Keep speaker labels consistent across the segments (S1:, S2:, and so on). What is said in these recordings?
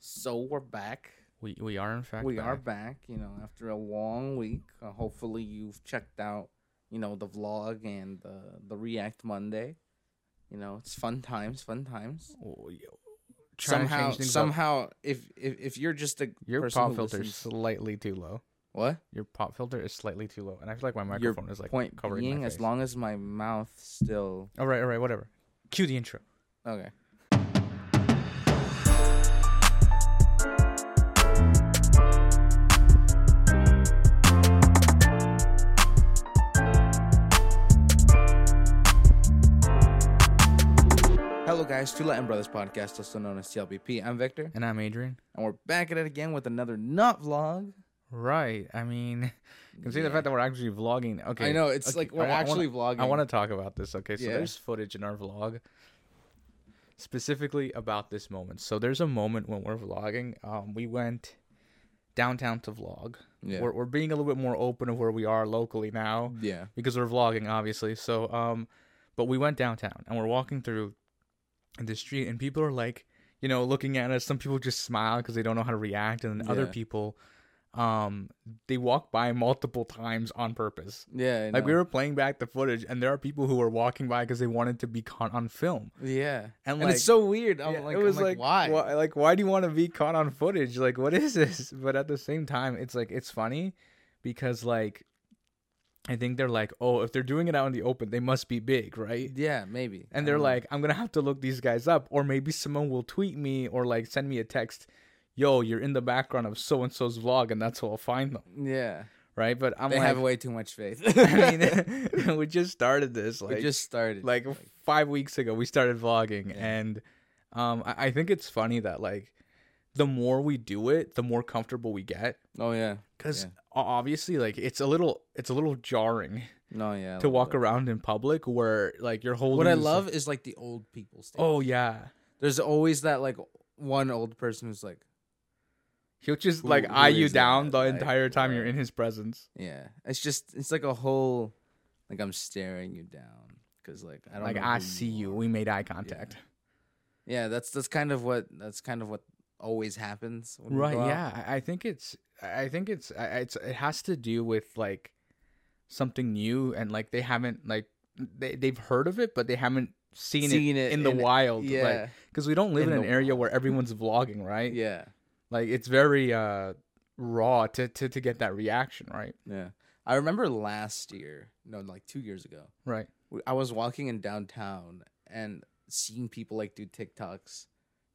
S1: So we're back.
S2: We we are in fact
S1: we are back, you know, after a long week. Uh, hopefully you've checked out, you know, the vlog and the the React Monday. You know, it's fun times, fun times.
S2: Oh, yo. Trying to
S1: Somehow
S2: change things up.
S1: somehow if, if if you're just a
S2: Your
S1: person
S2: pop
S1: who
S2: filter is
S1: listens-
S2: slightly too low.
S1: what?
S2: Your pop filter is slightly too low, and I feel like my
S1: Your
S2: microphone is like
S1: point
S2: covering
S1: being
S2: my
S1: as
S2: face.
S1: long as my mouth still
S2: All right, all right, whatever. Cue the intro.
S1: Okay. Hello, guys. Two Latin Brothers podcast, also known as TLBP. I'm Victor,
S2: And I'm Adrian.
S1: and we're back at it again with another nut vlog.
S2: Right. I mean, consider the fact that we're actually vlogging. Okay.
S1: I know it's
S2: okay,
S1: like
S2: I
S1: we're
S2: wa- I wanna-
S1: actually vlogging.
S2: I want to talk about this. Okay, so
S1: Yeah.
S2: there's footage in our vlog specifically about this moment. So there's a moment when we're vlogging. Um, we went downtown to vlog.
S1: Yeah. Mm-hmm.
S2: We're we're being a little bit more open of where we are locally now
S1: yeah.
S2: because we're vlogging, obviously. So um, but we went downtown and we're walking through the street and people are like, you know, looking at us. Some people just smile because they don't know how to react, and then other
S1: Yeah.
S2: people, um, they walk by multiple times on purpose.
S1: Yeah. I
S2: Like we
S1: know.
S2: were playing back the footage, and there are people who were walking by because they wanted to be caught on film.
S1: Yeah.
S2: And
S1: And
S2: like,
S1: it's so weird. I'm
S2: yeah,
S1: like,
S2: it was
S1: I'm like,
S2: like,
S1: why?
S2: Like, why do you want to be caught on footage? Like, what is this? But at the same time, it's like it's funny because like, I think they're like, oh, if they're doing it out in the open, they must be big, right?
S1: Yeah, Mm-hmm. maybe. I
S2: And they're
S1: don't know.
S2: like, I'm gonna have to look these guys up, or maybe someone will tweet me or like send me a text, yo, you're in the background of so and so's vlog, and that's how I'll find them,
S1: yeah.
S2: right? But I'm
S1: they
S2: like,
S1: have way too much faith.
S2: I mean, we just started this, like,
S1: we just started.
S2: like five weeks ago we started vlogging and um I, I think it's funny that like the more we do it the more comfortable we get
S1: oh yeah,
S2: because
S1: Yeah.
S2: obviously like it's a little it's a little jarring
S1: no yeah.
S2: to walk
S1: around.
S2: around in public where like you're holding
S1: What I
S2: this, like-
S1: love is like the old people. Stage.
S2: oh yeah
S1: there's always that like one old person who's like,
S2: he'll just
S1: Who-
S2: like
S1: who
S2: eye you
S1: is
S2: down
S1: that?
S2: the
S1: Like,
S2: entire time you're
S1: where-
S2: in his presence
S1: yeah. It's just it's like a whole like I'm staring you down because like I don't
S2: like
S1: know
S2: i
S1: who
S2: see you
S1: are."
S2: we made eye contact
S1: Yeah, that's that's kind of what that's kind of what always happens. When we
S2: right
S1: go out.
S2: yeah I- i think it's i think it's I- I- it's it has to do with like something new and like they haven't like they, they've heard of it but they haven't seen,
S1: Seen
S2: it,
S1: it
S2: in the
S1: in-
S2: wild
S1: yeah,
S2: because we don't live in,
S1: In
S2: an
S1: the
S2: area where everyone's vlogging right
S1: yeah,
S2: like it's very uh raw to, to to get that reaction right
S1: yeah. I remember last year, no, like two years ago.
S2: right
S1: w- I was walking in downtown and seeing people like do TikToks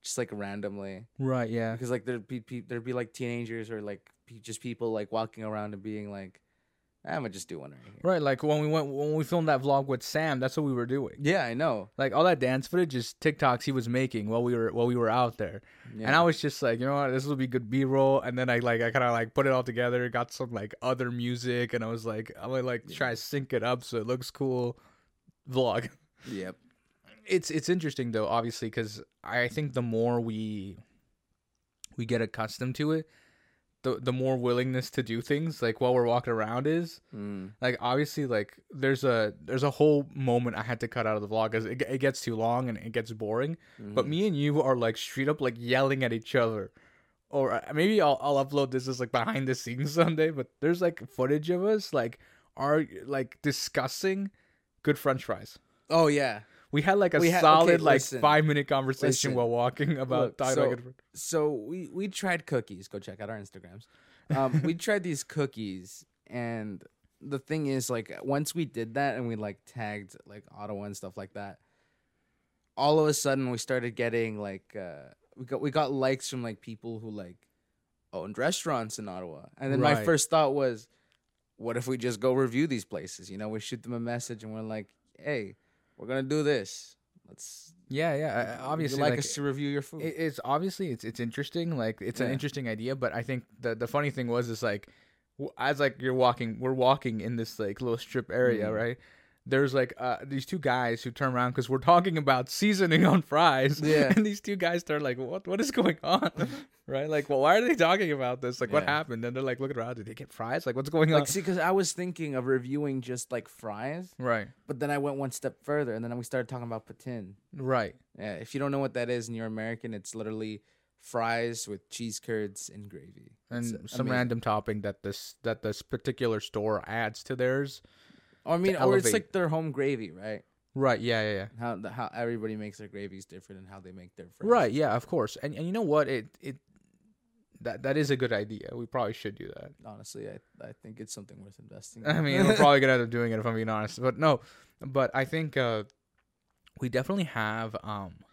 S1: just like randomly
S2: right yeah
S1: because like there'd be pe- there'd be like teenagers or like pe- just people like walking around and being like I'm gonna just do one right here.
S2: right like when we went when we filmed that vlog with sam that's what we were doing
S1: Yeah, I know.
S2: like all that dance footage is tiktoks he was making while we were while we were out there
S1: Yeah.
S2: And I was just like, you know what, this will be good B roll. And then I like, I kind of like put it all together, got some like other music, and I was like, I'm gonna like
S1: Yeah.
S2: try to sync it up so it looks cool. Vlog.
S1: yep.
S2: It's it's interesting though, obviously, because I think the more we we get accustomed to it, the the more willingness to do things like while we're walking around is
S1: Mm.
S2: like obviously like there's a there's a whole moment I had to cut out of the vlog because it, it gets too long and it gets boring. But
S1: Mm-hmm.
S2: me and you are like straight up like yelling at each other. Or uh, maybe I'll, I'll upload this as like behind the scenes someday, but there's like footage of us like are like discussing good french fries.
S1: oh yeah.
S2: We had like a
S1: We had-
S2: solid
S1: okay,
S2: like
S1: listen.
S2: 5 minute conversation
S1: Listen.
S2: while walking about
S1: Look,
S2: talking
S1: so-
S2: about good fr-
S1: So we we tried cookies. Go check out our Instagrams. Um, we tried these cookies, and the thing is, like, once we did that and we like tagged like Ottawa and stuff like that, all of a sudden we started getting like uh, we got we got likes from like people who like owned restaurants in Ottawa, and then my
S2: Right.
S1: first thought was, what if we just go review these places? You know, we shoot them a message and we're like, hey, we're gonna do this. Let's
S2: Yeah, yeah,
S1: would
S2: I-
S1: you
S2: I- obviously
S1: like,
S2: like,
S1: us to review your food.
S2: it- it's obviously it's it's interesting, like it's an
S1: Yeah.
S2: interesting idea, but I think the the funny thing was is like w- as like you're walking, we're walking in this like little strip area,
S1: Mhm.
S2: right? There's like uh, these two guys who turn around because we're talking about seasoning on fries,
S1: Yeah.
S2: And these two guys start like, "What? What is going on?" right? Like, well, why are they talking about this? Like, what
S1: Yeah.
S2: happened? And they're like looking around. Did they get fries? Like, what's going on?
S1: Like, see, because I was thinking of reviewing just like fries,
S2: right,
S1: but then I went one step further, and then we started talking about poutine.
S2: right,
S1: Yeah, if you don't know what that is, and you're American, it's literally fries with cheese curds and gravy. It's
S2: and some
S1: amazing.
S2: random topping that this that this particular store adds to theirs.
S1: Or, I mean,
S2: to
S1: or it's
S2: elevate.
S1: like their home gravy, right?
S2: Right. Yeah. Yeah. Yeah.
S1: How the, how everybody makes their gravy is different, and how they make their fries.
S2: Right. Yeah. Of course. And and you know what? It it that that is a good idea. We probably should do that.
S1: Honestly, I I think it's something worth investing.
S2: I
S1: in.
S2: mean, we're probably gonna end up doing it if I'm being honest. But no, but I think uh, we definitely have um,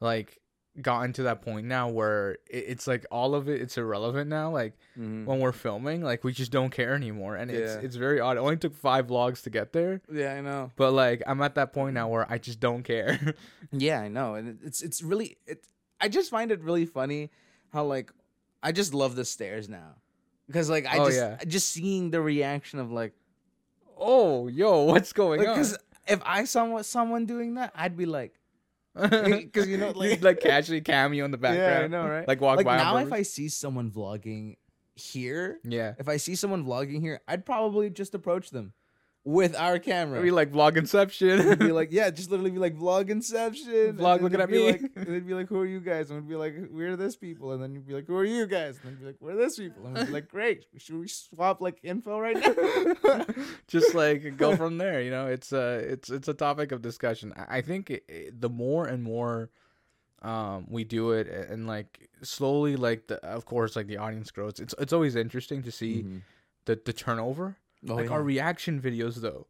S2: like gotten to that point now where it, it's like all of it it's irrelevant now. Like
S1: Mhm.
S2: when we're filming, like we just don't care anymore, and
S1: Yeah.
S2: it's it's very odd. It only took five vlogs to get there,
S1: yeah, I know.
S2: but like I'm at that point now where I just don't care.
S1: Yeah, I know, and it- it's it's really it. I just find it really funny how like I just love the stairs now because like I
S2: Oh,
S1: just
S2: yeah.
S1: just seeing the reaction of like
S2: oh, yo, what's going on?
S1: because if I saw someone doing that, I'd be like,
S2: Because
S1: 'cause you know, like-
S2: like casually cameo in the background.
S1: know, right?
S2: Like walk
S1: like
S2: by. on
S1: now if
S2: purpose.
S1: I see someone vlogging here,
S2: yeah.
S1: if I see someone vlogging here, I'd probably just approach them with our camera.
S2: It'd be like vlog
S1: It'd be
S2: inception.
S1: like, yeah, just literally be like vlog inception. and
S2: Vlog
S1: then
S2: looking
S1: they'd
S2: at
S1: be
S2: me.
S1: Like, and they'd be like, who are you guys? And we'd be like, we're this people. And then you'd be like, who are you guys? And then be like, we're this people. And we'd be like, great. Should we swap like info right now?
S2: just like go from there you know it's uh it's it's a topic of discussion i, I think it, it- the more and more um we do it a- and like slowly like the of course like the audience grows it's it's always interesting to see the the turnover
S1: Mm-hmm. Oh,
S2: like
S1: yeah.
S2: our reaction videos though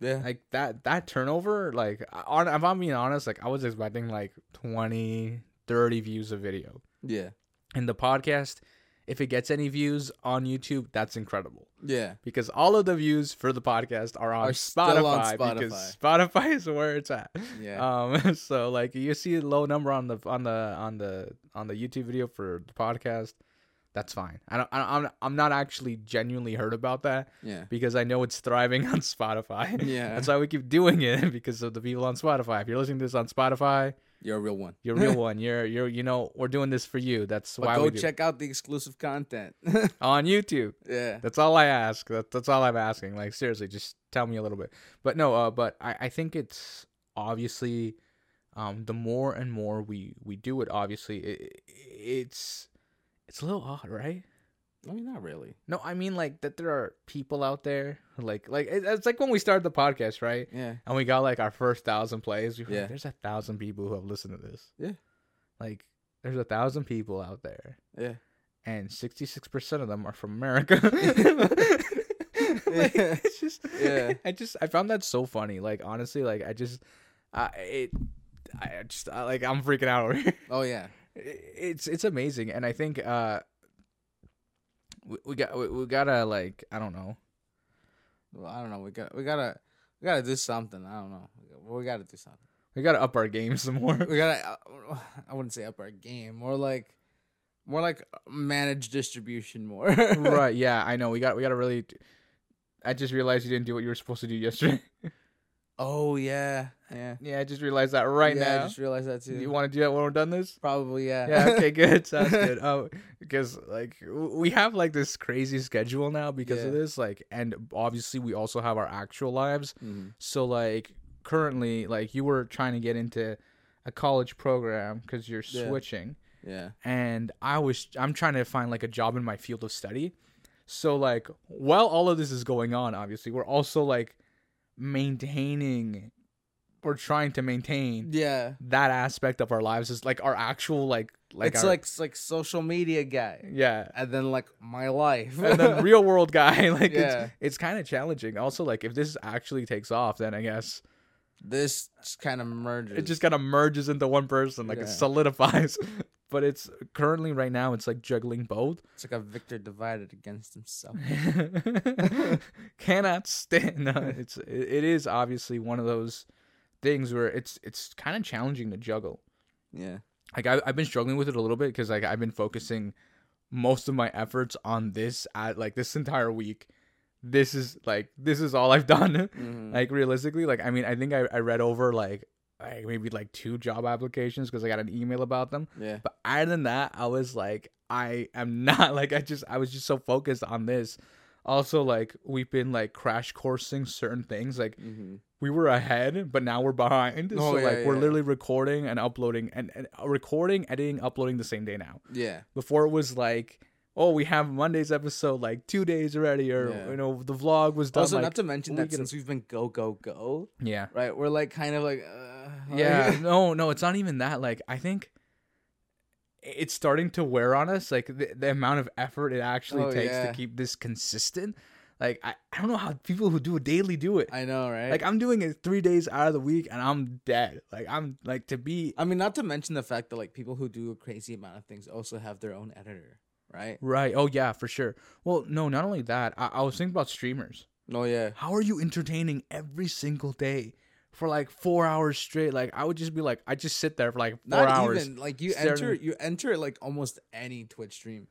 S1: yeah.
S2: like that that turnover like I- on if i'm being honest like i was expecting like 20 30 views a video
S1: yeah.
S2: and the podcast if it gets any views on youtube that's incredible
S1: Yeah.
S2: because all of the views for the podcast are on,
S1: Are still on
S2: Spotify, because Spotify is where it's at.
S1: Yeah.
S2: Um so like you see a low number on the on the on the on the YouTube video for the podcast, that's fine. I don't I, I'm I'm not actually genuinely hurt about that
S1: Yeah.
S2: because I know it's thriving on Spotify.
S1: Yeah.
S2: That's why we keep doing it because of the people on Spotify. If you're listening to this on Spotify,
S1: You're a real one.
S2: you're a real one. You're you're you know, we're doing this for you. That's
S1: But
S2: why
S1: go
S2: we do it.
S1: check out the exclusive content.
S2: on YouTube.
S1: yeah.
S2: That's all I ask. That, that's all I'm asking. Like seriously, just tell me a little bit. But no, uh, but I, I think it's obviously, um, the more and more we we do it, obviously, it, it's it's a little odd, right?
S1: I mean, not really.
S2: No, I mean like that there are people out there who, like like it, it's like when we started the podcast, right?
S1: Yeah.
S2: And we got like our first thousand plays. We were
S1: Yeah.
S2: like, there's a thousand people who have listened to this.
S1: Yeah.
S2: Like there's a thousand people out there
S1: Yeah.
S2: and 66% of them are from America. Like,
S1: Yeah.
S2: it's just,
S1: Yeah.
S2: I just, I found that so funny. Like, honestly, like, I just, I, it, I just, I, like, I'm freaking out over here.
S1: Oh, yeah.
S2: It's, it's amazing. And I think, uh, we, we got, we, we gotta, like, I don't know.
S1: Well, I don't know. We got, we gotta, we gotta do something. I don't know. We gotta do something.
S2: We gotta up our game some more.
S1: we gotta uh, i wouldn't say up our game more like more like manage distribution more
S2: right. Yeah. I know. We got, we gotta really, I just realized you didn't do what you were supposed to do yesterday.
S1: oh yeah yeah
S2: yeah. I just realized that right
S1: yeah, i
S2: now.
S1: just realized that too
S2: you want to do that when we're done this?
S1: probably yeah
S2: yeah okay good sounds good um because like w- we have like this crazy schedule now because of
S1: Yeah.
S2: this like and obviously we also have our actual lives
S1: Mhm.
S2: so like currently like you were trying to get into a college program because you're
S1: Yeah.
S2: switching
S1: yeah
S2: and i was i'm trying to find like a job in my field of study so like while all of this is going on obviously we're also like maintaining or trying to maintain
S1: yeah
S2: that aspect of our lives is like our actual like like
S1: it's
S2: our-
S1: like it's like social media guy
S2: yeah
S1: and then like my life
S2: and then real world guy like
S1: Yeah.
S2: it's it's kind of challenging also like if this actually takes off then i guess
S1: this just kind of merges
S2: it just kind of merges into one person like
S1: Yeah.
S2: it solidifies but it's currently right now it's like juggling both
S1: it's like a victor divided against himself
S2: cannot stand no, it's it- it is obviously one of those things where it's it's kind of challenging to juggle
S1: yeah
S2: like I, I've been struggling with it a little bit because like I've been focusing most of my efforts on this at like this entire week. This is like this is all I've done.
S1: Mhm.
S2: like realistically, like I mean, I think I, I read over like like maybe like two job applications because I got an email about them.
S1: yeah
S2: But other than that, I was like, I am not like I just I was just so focused on this. Also, like we've been like crash coursing certain things. Like
S1: Mhm.
S2: we were ahead, but now we're behind.
S1: Oh,
S2: so
S1: yeah,
S2: like we're
S1: yeah.
S2: literally recording and uploading and, and uh, recording, editing, uploading the same day now.
S1: Yeah.
S2: Before it was like, oh, we have Monday's episode like two days already, or
S1: Yeah.
S2: you know, the vlog was done.
S1: also,
S2: like,
S1: not to mention
S2: a
S1: that
S2: week and a-
S1: since we've been go go go,
S2: yeah,
S1: right? We're like kind of like, uh,
S2: yeah. no, no, it's not even that. Like I think it's starting to wear on us. Like the, the amount of effort it actually
S1: Oh,
S2: takes
S1: yeah.
S2: to keep this consistent. Like I, I don't know how people who do it daily do it.
S1: I know, right?
S2: Like I'm doing it three days out of the week, and I'm dead. Like I'm like to be
S1: I mean, not to mention the fact that like people who do a crazy amount of things also have their own editor, right?
S2: right. Oh yeah, for sure. Well, no, not only that. I, I was thinking about streamers.
S1: Oh yeah,
S2: How are you entertaining every single day for like four hours straight? Like I would just be like, I just sit there for like four
S1: not
S2: hours.
S1: even like you
S2: staring-
S1: enter you enter like almost any Twitch stream,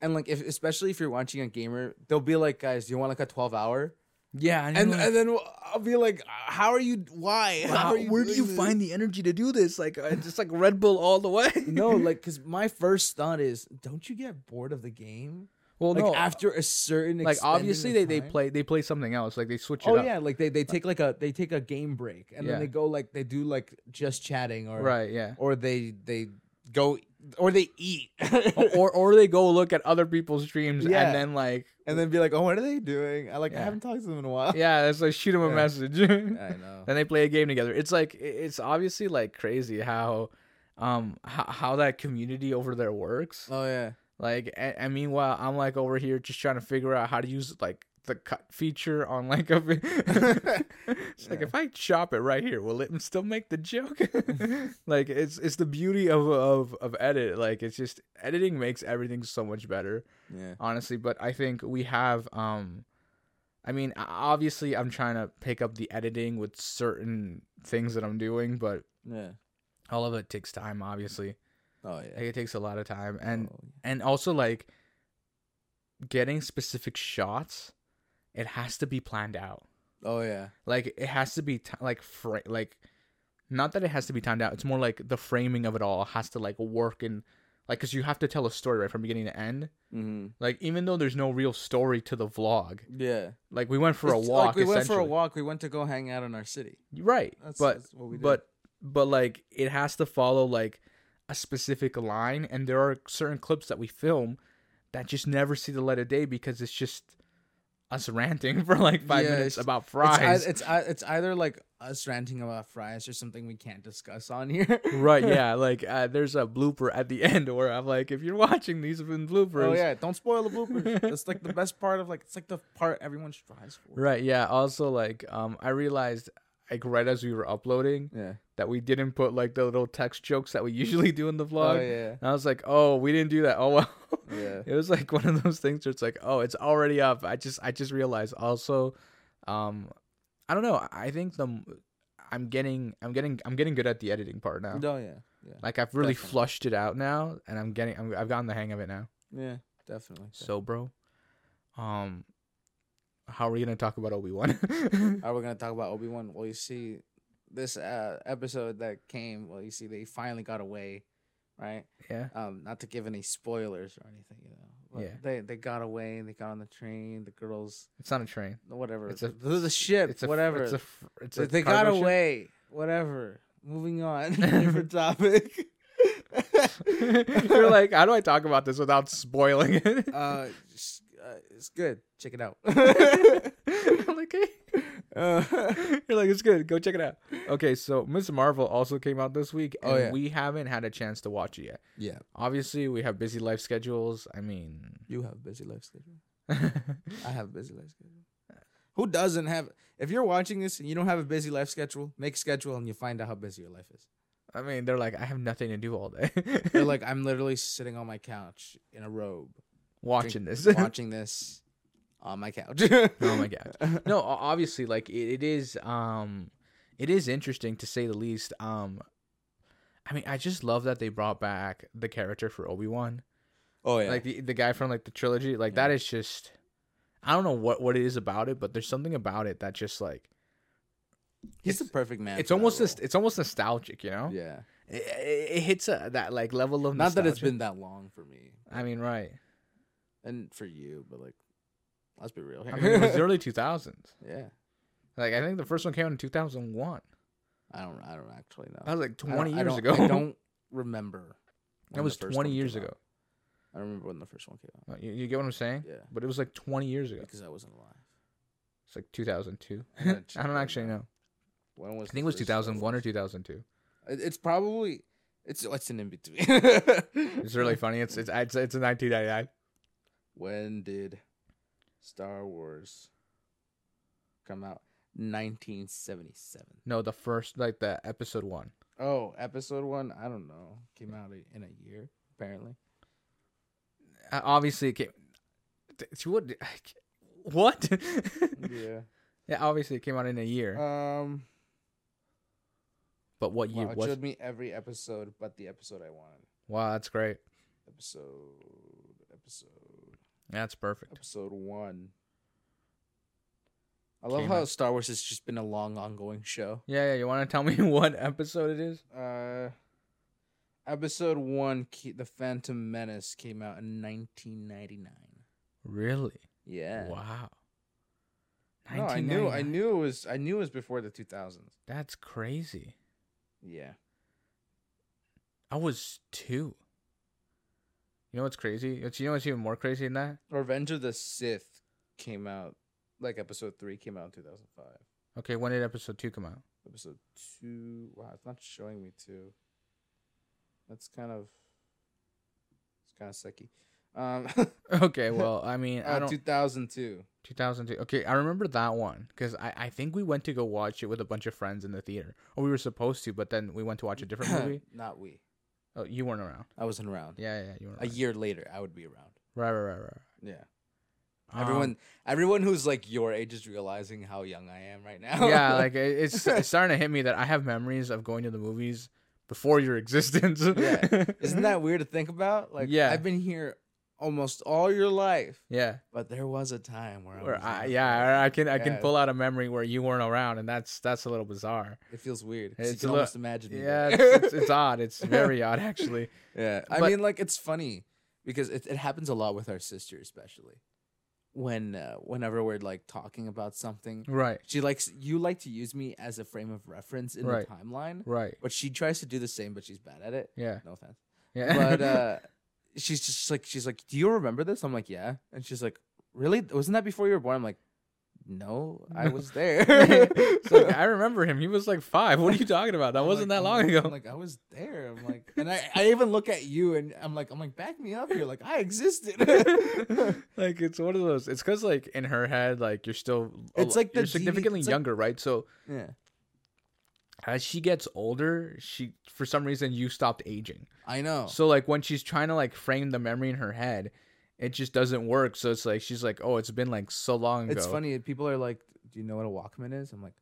S1: and like if especially if you're watching a gamer, they'll be like, guys, do you want like a twelve hour?
S2: Yeah, you're
S1: And
S2: like,
S1: and then I'll be like, how are you? Why? How
S2: "Wow,
S1: are you
S2: where do you
S1: doing this?"
S2: find the energy to do this? Like uh, just like Red Bull all the way.
S1: no, like, because my first thought is, don't you get bored of the game?
S2: well,
S1: Like
S2: no. uh,
S1: after a certain,
S2: like
S1: extended
S2: obviously they, they
S1: time?
S2: play they play something else. Like they switch it
S1: Oh
S2: up.
S1: yeah, like they, they take like a they take a game break and
S2: Yeah.
S1: then they go like they do like just chatting or
S2: Right. Yeah.
S1: or they they go or they eat
S2: or, or or they go look at other people's streams
S1: Yeah.
S2: and then like
S1: and then be like, oh, what are they doing? I like I
S2: Yeah.
S1: haven't talked to them in a while.
S2: yeah it's like shoot them a
S1: Yeah.
S2: message
S1: I
S2: then
S1: know.
S2: they play a game together it's like i- it's obviously like crazy how um how, how that community over there works
S1: Oh yeah,
S2: like and, and meanwhile i'm like over here just trying to figure out how to use like the cut feature on like a vi- it's like
S1: Yeah.
S2: if i chop it right here will it still make the joke like it's it's the beauty of of of edit like it's just editing makes everything so much better
S1: yeah.
S2: honestly but i think we have um i mean o- obviously i'm trying to pick up the editing with certain things that i'm doing but
S1: Yeah.
S2: all of it takes time obviously
S1: Oh
S2: like
S1: yeah.
S2: it takes a lot of time and
S1: Oh,
S2: and also like getting specific shots it has to be planned out
S1: oh yeah.
S2: like it has to be t- like fra- like not that it has to be timed out it's more like the framing of it all has to like work and like because you have to tell a story right from beginning to end
S1: Mm-hmm.
S2: like even though there's no real story to the vlog
S1: Yeah.
S2: like we went for a
S1: It's
S2: walk.
S1: Like we went for a
S2: essentially.
S1: walk. We went to go hang out in our city.
S2: right?
S1: That's,
S2: but
S1: that's what we did.
S2: but but like it has to follow like a specific line, and there are certain clips that we film that just never see the light of day because it's just us ranting for like five
S1: Yeah,
S2: minutes
S1: it's-
S2: about
S1: it's,
S2: fries.
S1: ei- it's ei- it's either like us ranting about fries or something we can't discuss on here.
S2: right? Yeah. Like uh, there's a blooper at the end where I'm like, if you're watching these, have been bloopers.
S1: Oh yeah, don't spoil the bloopers. That's like the best part of like it's like the part everyone strives for.
S2: Right. Yeah. Also, like um, I realized like right as we were uploading
S1: Yeah.
S2: that we didn't put like the little text jokes that we usually do in the vlog.
S1: Oh yeah.
S2: And I was like, oh, we didn't do that. Oh well.
S1: Yeah.
S2: It was like one of those things where it's like, oh, it's already up. I just I just realized also, um, I don't know. I- I think the m- I'm getting I'm getting I'm getting good at the editing part now.
S1: No, yeah. Yeah.
S2: Like I've really
S1: Definitely.
S2: flushed it out now, and I'm getting I'm, I've gotten the hang of it now.
S1: Yeah. Definitely.
S2: So, bro, um, how are we gonna talk about Obi Wan?
S1: Are we gonna talk about Obi Wan? Well, you see, this uh, episode that came. Well, you see, they finally got away, right?
S2: yeah.
S1: Um, not to give any spoilers or anything, you know. But
S2: Yeah.
S1: They they got away. They got on the train. The girls,
S2: It's not a train.
S1: whatever.
S2: It's a-
S1: the, the ship.
S2: It's a
S1: whatever.
S2: It's a. fr- It's
S1: They-
S2: a
S1: they got
S2: cargo ship.
S1: away. Whatever. Moving on. Different topic.
S2: You're like, how do I talk about this without spoiling it?
S1: uh, s- uh, it's good. Check it out.
S2: I'm like, "Hey."
S1: Uh,
S2: You're like, it's good. Go check it out. Okay, so Miss Marvel also came out this week, and
S1: Oh, yeah.
S2: we haven't had a chance to watch it yet.
S1: yeah,
S2: Obviously, we have busy life schedules. I mean,
S1: you have a busy life schedule. I have a busy life schedule. Who doesn't have? If you're watching this and you don't have a busy life schedule, make a schedule and you find out how busy your life is.
S2: I mean, they're like, I have nothing to do all day.
S1: You're like, I'm literally sitting on my couch in a robe,
S2: watching this.
S1: watching this on my couch.
S2: oh my god. No, o- obviously, like it, it is. Um, it is interesting to say the least. Um, I mean, I just love that they brought back the character for Obi Wan.
S1: Oh yeah,
S2: like the, the guy from like the trilogy like that is just i don't know what what it is about it but there's something about it that just like
S1: he's the perfect man.
S2: it's
S1: for that
S2: almost
S1: role.
S2: just it's almost nostalgic you know
S1: yeah.
S2: it, it, it hits a, that like level of
S1: Not that it's
S2: nostalgia.
S1: been that long for me
S2: i mean right
S1: and for you, but like, let's be real. Here.
S2: i mean it was the early 2000s
S1: yeah,
S2: Like I think the first one came out in 2001.
S1: I don't. I don't actually know.
S2: That was like
S1: I don't-
S2: 20
S1: I
S2: years
S1: don't-
S2: ago.
S1: I don't remember. when
S2: that
S1: the
S2: was
S1: first
S2: 20
S1: one
S2: years
S1: came out.
S2: ago.
S1: I remember when the first one came out
S2: Uh, You, you get what I'm saying?
S1: Yeah.
S2: But it was like 20 years ago.
S1: because I wasn't alive.
S2: It's like 2002.
S1: I'm
S2: I
S1: gonna check
S2: don't
S1: right
S2: actually
S1: now.
S2: know.
S1: When
S2: I
S1: was
S2: think it
S1: the
S2: was
S1: first
S2: 2001 or
S1: Star
S2: 2002.
S1: Wars? It- It's probably. It's it's an in between.
S2: It's really funny. It's it's it's, it's a 1999.
S1: When did Star Wars come out? 1977.
S2: No, the first like the episode one.
S1: Oh, episode one. I don't know. Came out i- in a year apparently.
S2: Uh, Obviously, it came. th- it's What? What?
S1: Yeah.
S2: yeah, obviously it came out in a year.
S1: Um.
S2: but what year
S1: Wow, it
S2: was?
S1: showed me every episode, but the episode I wanted.
S2: Wow, that's great.
S1: Episode. Episode.
S2: That's perfect.
S1: Episode one. I love
S2: Came
S1: how
S2: out-
S1: Star Wars has just been a long, ongoing show.
S2: Yeah, yeah. You want to tell me what episode it is?
S1: Uh, episode one, Ke- The Phantom Menace, came out in 1999.
S2: Really?
S1: Yeah.
S2: Wow.
S1: No, I knew. I
S2: 1999.
S1: knew it was. I knew it was before the 2000s.
S2: That's crazy.
S1: Yeah.
S2: I was two. You know what's crazy? It's, you know what's even more crazy than that?
S1: Revenge of the Sith came out. Like episode three came out in 2005.
S2: Okay, when did episode two come out?
S1: Episode two. Wow, it's not showing me two. That's kind of. It's kind of sucky. Um,
S2: Okay, well, I mean, I
S1: uh,
S2: don't.
S1: 2002.
S2: 2002. Okay, I remember that one because I, I think we went to go watch it with a bunch of friends in the theater. Or we were supposed to, but then we went to watch a different movie.
S1: Not we.
S2: Oh, you weren't around.
S1: I wasn't around.
S2: Yeah, yeah, you weren't
S1: A
S2: around.
S1: year later, I would be around.
S2: right, right, right, right.
S1: Yeah.
S2: Um,
S1: everyone, everyone who's like your age is realizing how young I am right now.
S2: yeah, like it, it's, it's starting to hit me that I have memories of going to the movies before your existence.
S1: Yeah. isn't that weird to think about? Like,
S2: Yeah.
S1: I've been here almost all your life,
S2: Yeah.
S1: but there was a time where, I,
S2: Where
S1: was
S2: I,
S1: not
S2: yeah,
S1: here.
S2: I I can I can
S1: Yeah.
S2: pull out a memory where you weren't around, and that's that's a little bizarre.
S1: it feels weird. 'cause you
S2: It's
S1: can
S2: a li-
S1: almost imagine. me
S2: Yeah,
S1: there.
S2: it's, it's, it's odd. It's very odd, actually.
S1: yeah. I
S2: but-
S1: mean, like, it's funny because it, it happens a lot with our sister, especially when uh, whenever we're like talking about something.
S2: Right,
S1: She likes you like to use me as a frame of reference in
S2: Right.
S1: the timeline,
S2: right.
S1: but she tries to do the same, but she's bad at it.
S2: Yeah,
S1: No offense.
S2: yeah.
S1: But uh, she's just like she's like, do you remember this? I'm like, yeah. And she's like, really? Wasn't that before you were born? I'm like, no, I
S2: No.
S1: was there.
S2: It's like, I remember him. He was like five. What are you talking about? That
S1: I'm
S2: wasn't
S1: like, I'm
S2: that long
S1: like-
S2: ago.
S1: I'm like I was there. I'm like, and I, I even look at you and I'm like, I'm like, back me up here. Like I existed.
S2: like it's one of those. It's because like in her head, like you're still. a
S1: It's
S2: lo-
S1: like the
S2: you're
S1: DV
S2: significantly
S1: it's like-
S2: younger, right? So
S1: yeah.
S2: as she gets older, she for some reason you stopped aging.
S1: I know.
S2: So like when she's trying to like frame the memory in her head, it just doesn't work. So it's like she's like, oh, it's been like so long ago.
S1: It's funny. People are like, "Do you know what a Walkman is?" I'm like,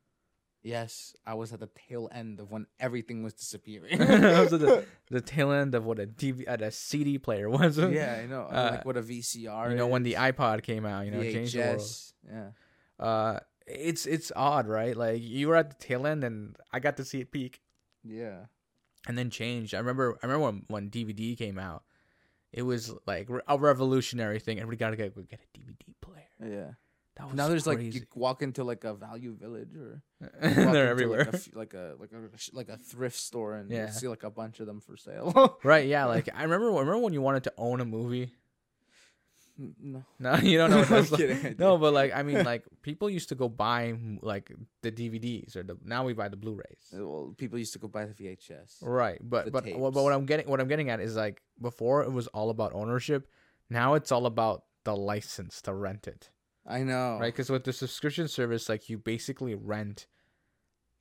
S1: "Yes, I was at the tail end of when everything was disappearing."
S2: That was at the, the tail end of what a DV at a CD player was.
S1: yeah, I know. I'm
S2: Uh,
S1: like what a VCR.
S2: You know when
S1: is,
S2: the iPod came out, you know, it changed the world.
S1: VHS, Yeah.
S2: Uh, it's it's odd, right? Like you were at the tail end, and I got to see it peak,
S1: Yeah.
S2: and then changed. I remember I remember when, when DVD came out, it was like re- a revolutionary thing. Everybody got to get, get a DVD player.
S1: Yeah.
S2: That was
S1: Now there's like
S2: crazy.
S1: you walk into like a Value Village or walk into,
S2: they're everywhere.
S1: like a, f- like a like a sh- like a thrift store and
S2: Yeah.
S1: you see like a bunch of them for sale.
S2: Right, yeah. Like I remember, remember when you wanted to own a movie.
S1: no.
S2: No, you don't know. What
S1: I'm
S2: that's like.
S1: kidding, I
S2: No,
S1: did.
S2: but like I mean, like people used to go buy like the DVDs or the now we buy the Blu-rays.
S1: Eh, Well, people used to go buy the VHS.
S2: Right, but
S1: The
S2: but what, but what I'm getting what I'm getting at is like before it was all about ownership. Now it's all about the license to rent it,
S1: I know.
S2: right? Because with the subscription service, like you basically rent.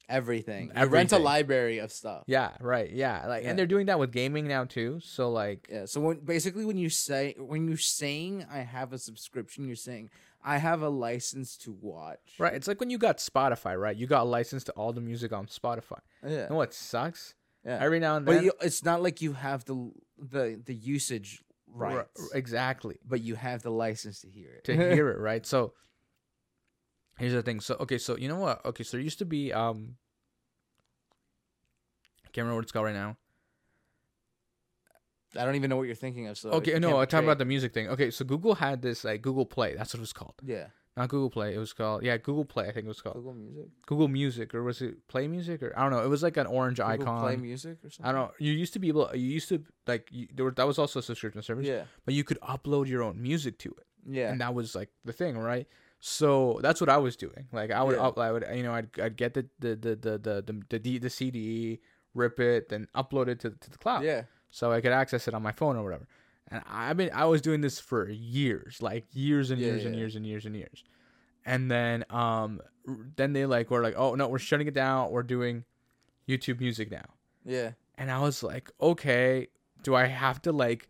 S1: Everything. You rent a
S2: Everything.
S1: library of stuff.
S2: Yeah, right. Yeah, like
S1: Yeah.
S2: and they're doing that with gaming now too. So like,
S1: Yeah. So when basically when you say when you're saying I have a subscription, you're saying I have a license to watch.
S2: right? It's like when you got Spotify, right? You got a license to all the music on Spotify.
S1: Yeah.
S2: You know what sucks?
S1: yeah.
S2: Every now and then,
S1: but you, it's not like you have the the the usage
S2: Ri-
S1: rights,
S2: exactly
S1: but you have the license to hear it.
S2: to hear it right so here's the thing so okay so you know what okay so there used to be um i can't remember what it's called right now
S1: I don't even know what you're thinking of. So
S2: okay
S1: Oh, you
S2: no
S1: can't
S2: i'm talking
S1: portray
S2: about the music thing okay so google had this like google play that's what it was called
S1: it- Yeah.
S2: Not Google Play. It was called yeah Google Play. I think it was called
S1: Google Music.
S2: Google Music or was it Play Music or I don't know. It was like an orange
S1: Google
S2: icon.
S1: Play Music or something.
S2: I don't know. You used to be able. You used to like you, there were that was also a subscription service,
S1: Yeah.
S2: but you could upload your own music to it,
S1: Yeah.
S2: and that was like the thing, right? So that's what I was doing. Like I would,
S1: Yeah.
S2: up, I would, you know, I'd, I'd get the the the the the the, the, D, the CD, rip it, then upload it to to the cloud,
S1: Yeah.
S2: so I could access it on my phone or whatever. And I've been, I was doing this for years, like years and
S1: Yeah,
S2: years and
S1: yeah.
S2: years and years and years. And then, um, r- then they like were like, oh no, we're shutting it down. We're doing YouTube Music now.
S1: Yeah.
S2: And I was like, okay, do I have to like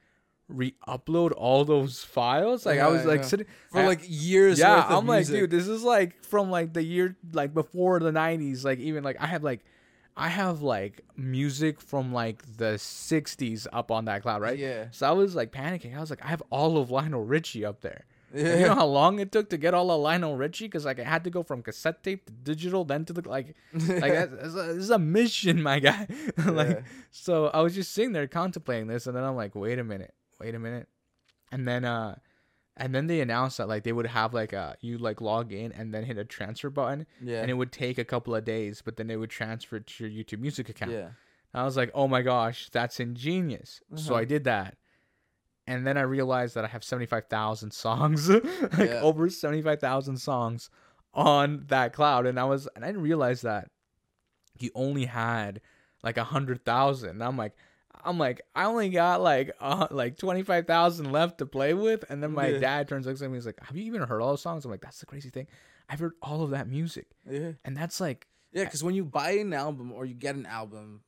S2: re-upload all those files? Like I
S1: Yeah,
S2: was
S1: I
S2: like
S1: know.
S2: sitting
S1: For
S2: I-
S1: like years.
S2: yeah,
S1: worth of
S2: I'm like,
S1: music.
S2: dude, this is like from like the year like before the '90s. Like even like I have like I have like music from like the '60s up on that cloud, right?
S1: Yeah.
S2: So I was like panicking. I was like, I have all of Lionel Richie up there. And you
S1: Yeah.
S2: know how long it took to get all of Lionel Richie? Because like I had to go from cassette tape to digital, then to the like, like that's, that's a, this is a mission, my guy. like,
S1: Yeah.
S2: so I was just sitting there contemplating this, and then I'm like, wait a minute, wait a minute, and then uh, and then they announced that like they would have like uh, you like log in and then hit a transfer button,
S1: Yeah.
S2: and it would take a couple of days, but then it would transfer it to your YouTube Music account.
S1: yeah.
S2: I was like, oh my gosh, that's ingenious. So
S1: Uh-huh.
S2: I did that. And then I realized that I have 75,000 songs, like
S1: Yeah.
S2: over 75,000 songs on that cloud. And I was, and I didn't realize that he only had like a 100,000. And I'm like, I'm like, I only got like uh, like 25,000 left to play with. And then my
S1: Yeah.
S2: dad turns looks at me, he's like, Have you even heard all those songs? I'm like, That's the crazy thing. I've heard all of that music.
S1: Yeah.
S2: And that's like,
S1: Yeah. Because when you buy an album or you get an album,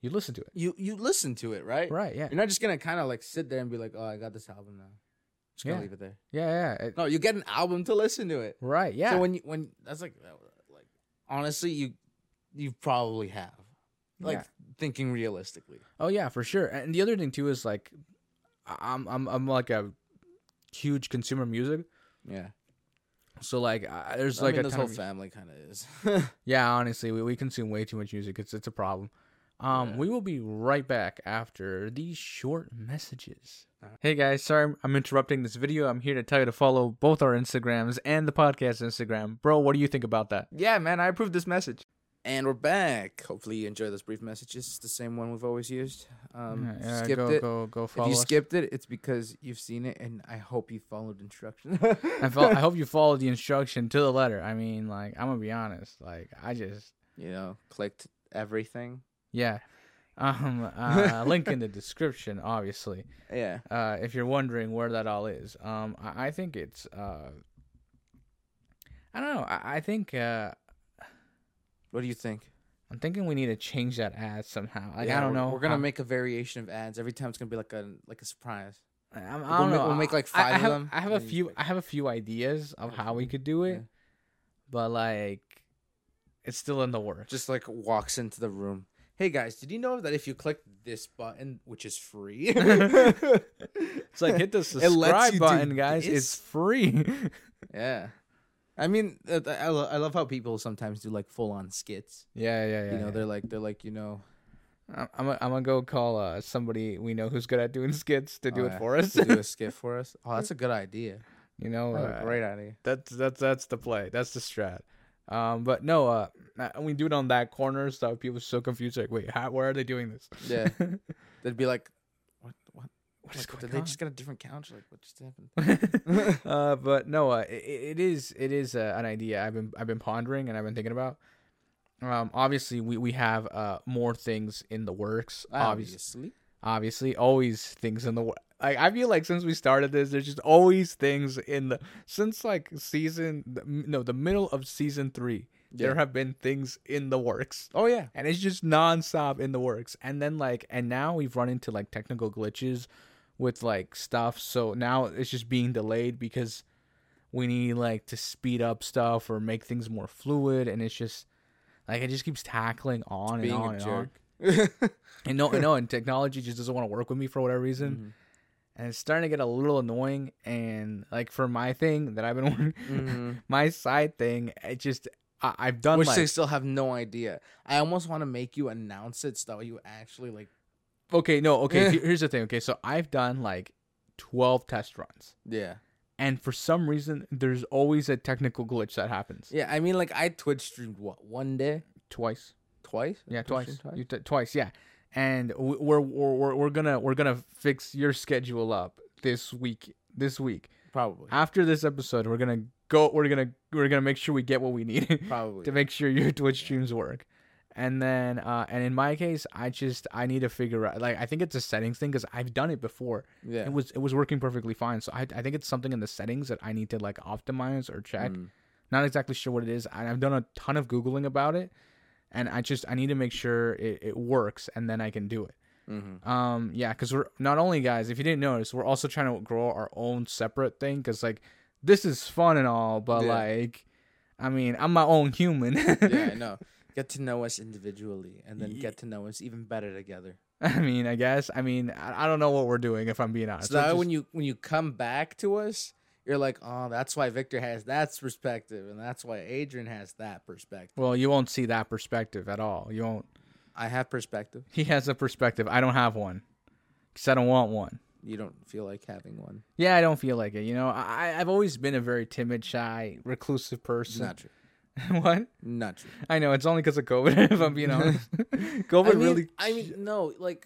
S2: you listen to it.
S1: you you listen to it, right?
S2: Right. Yeah.
S1: You're not just gonna kind of like sit there and be like, oh, I got this album now. Just gonna
S2: Yeah.
S1: leave it there.
S2: Yeah. Yeah. It-
S1: No, you get an album to listen to it.
S2: right. Yeah.
S1: So when you when that's like uh, like honestly, you you probably have like
S2: Yeah.
S1: thinking realistically.
S2: Oh yeah, for sure. And the other thing too is like, I'm I'm I'm like a huge consumer of music.
S1: Yeah.
S2: So like, I there's
S1: I
S2: like
S1: mean,
S2: a
S1: this
S2: ton
S1: whole
S2: of-
S1: family kind of is.
S2: yeah. Honestly, we, we consume way too much music. It's it's a problem. Um,
S1: Yeah.
S2: we will be right back after these short messages.
S1: Alright.
S2: Hey guys, sorry I'm interrupting this video. I'm here to tell you to follow both our Instagrams and the podcast Instagram. Bro, what do you think about that? Yeah, man, I approve this message.
S1: and we're back. Hopefully, you enjoy those brief messages. It's the same one we've always used. Um,
S2: Yeah,
S1: if you
S2: yeah,
S1: skipped
S2: go,
S1: it.
S2: go go
S1: if
S2: follow.
S1: you
S2: us.
S1: skipped it, it's because you've seen it, and I hope you followed instructions.
S2: I, fo- I hope you followed the instruction to the letter. I mean, like, I'm gonna be honest. Like, I just,
S1: you know, clicked everything.
S2: yeah. Um, uh, link in the description, obviously.
S1: Yeah.
S2: Uh, if you're wondering where that all is, um, I, I think it's, uh, I don't know. I, I think, uh,
S1: What do you think?
S2: I'm thinking we need to change that ad somehow. Like,
S1: Yeah,
S2: I don't
S1: we're-
S2: know.
S1: We're gonna
S2: how-
S1: make a variation of ads every time. It's gonna be like a like a surprise.
S2: I, I'm- I
S1: we'll
S2: don't
S1: ma-
S2: know.
S1: we'll make, like,
S2: I- I
S1: five of
S2: have-
S1: them,
S2: I have
S1: and
S2: a
S1: then you
S2: few.
S1: pick.
S2: I have a few ideas of
S1: Okay.
S2: how we could do it,
S1: Yeah.
S2: but like, it's still in the works.
S1: Just like walks into the room. Hey guys, did you know that if you click this button, which is free,
S2: It's like hit the
S1: lets
S2: subscribe
S1: you do
S2: button, guys.
S1: this?
S2: It's free.
S1: yeah. I mean, uh, th- I, lo- I love how people sometimes do like full on skits.
S2: yeah, yeah, yeah.
S1: you know, they're like they're like you know.
S2: I'm, I'm, gonna- I'm gonna go call uh, somebody we know who's good at doing skits to do
S1: oh,
S2: it
S1: yeah,
S2: for us.
S1: to do a skit for us. Oh, that's a good idea.
S2: you know,
S1: That's
S2: uh,
S1: a great idea.
S2: That's that's that's the play. That's the strat. Um, but no, uh, uh, we do it on that corner, so people are so confused. Like, wait, how, where are they doing this?
S1: Yeah. They'd be like, what? What?
S2: what is
S1: Like,
S2: going
S1: did they
S2: on?
S1: just get a different couch? Like, what just happened?
S2: uh, but no, uh, i it, it is it is uh, an idea I've been I've been pondering and I've been thinking about. Um, obviously, we we have uh more things in the works. Obviously,
S1: Obviously.
S2: obviously, always things in the works. Like I feel like since we started this, there's just always things in the since like season the- no the middle of season three. There
S1: Yeah.
S2: have been things in the works
S1: Oh yeah.
S2: and it's just nonstop in the works. And then like, and now we've run into like technical glitches with like stuff. So now it's just being delayed because we need like to speed up stuff or make things more fluid. And it's just like it just keeps tackling on
S1: Being
S2: and on
S1: a
S2: and on.
S1: jerk.
S2: And no, and no, and technology just doesn't want to work with me for whatever reason.
S1: Mm-hmm.
S2: And it's starting to get a little annoying. And like for my thing that I've been working,
S1: Mhm.
S2: my side thing, it just I, I've done
S1: Which
S2: like
S1: they still have no idea. I almost want to make you announce it so that you actually like.
S2: okay no okay
S1: Eh.
S2: here- here's the thing okay so i've done like 12 test runs
S1: Yeah.
S2: and for some reason there's always a technical glitch that happens
S1: Yeah, I mean, like I Twitch streamed what one day,
S2: twice.
S1: twice. I
S2: Yeah,
S1: Twitch
S2: twice.
S1: streamed
S2: You t- twice, yeah. And w- we're we're we're we're gonna we're gonna fix your schedule up this week. This week
S1: Probably,
S2: after this episode, we're gonna go. We're gonna we're gonna make sure we get what we need
S1: probably.
S2: to make sure your Twitch streams work. And then uh, and in my case, I just I need to figure out like I think it's a settings thing because I've done it before.
S1: yeah.
S2: It was it was working perfectly fine. So I I think it's something in the settings that I need to like optimize or check
S1: Mm.
S2: not exactly sure what it is and i've done a ton of googling about it and i just i need to make sure it, it works and then i can do it
S1: Mhm.
S2: um yeah because we're not only guys if you didn't notice we're also trying to grow our own separate thing because like this is fun and all but
S1: Yeah.
S2: like i mean i'm my own human
S1: yeah, I know. Get to know us individually, and then get to know us even better together.
S2: I mean i guess i mean I, I don't know what we're doing if i'm being honest
S1: So that
S2: We're
S1: way
S2: just-
S1: when you when you come back to us, you're like, oh, that's why Victor has that perspective, and that's why Adrian has that perspective.
S2: well you won't see that perspective at all you won't
S1: I have perspective.
S2: he has a perspective i don't have one because i don't want one
S1: You don't feel like having one.
S2: Yeah, I don't feel like it. You know, I, I've always been a very timid, shy, reclusive
S1: It's
S2: person.
S1: not true.
S2: what?
S1: Not true.
S2: I know it's only because of COVID. If I'm being honest, COVID
S1: I mean,
S2: really.
S1: I mean, no, like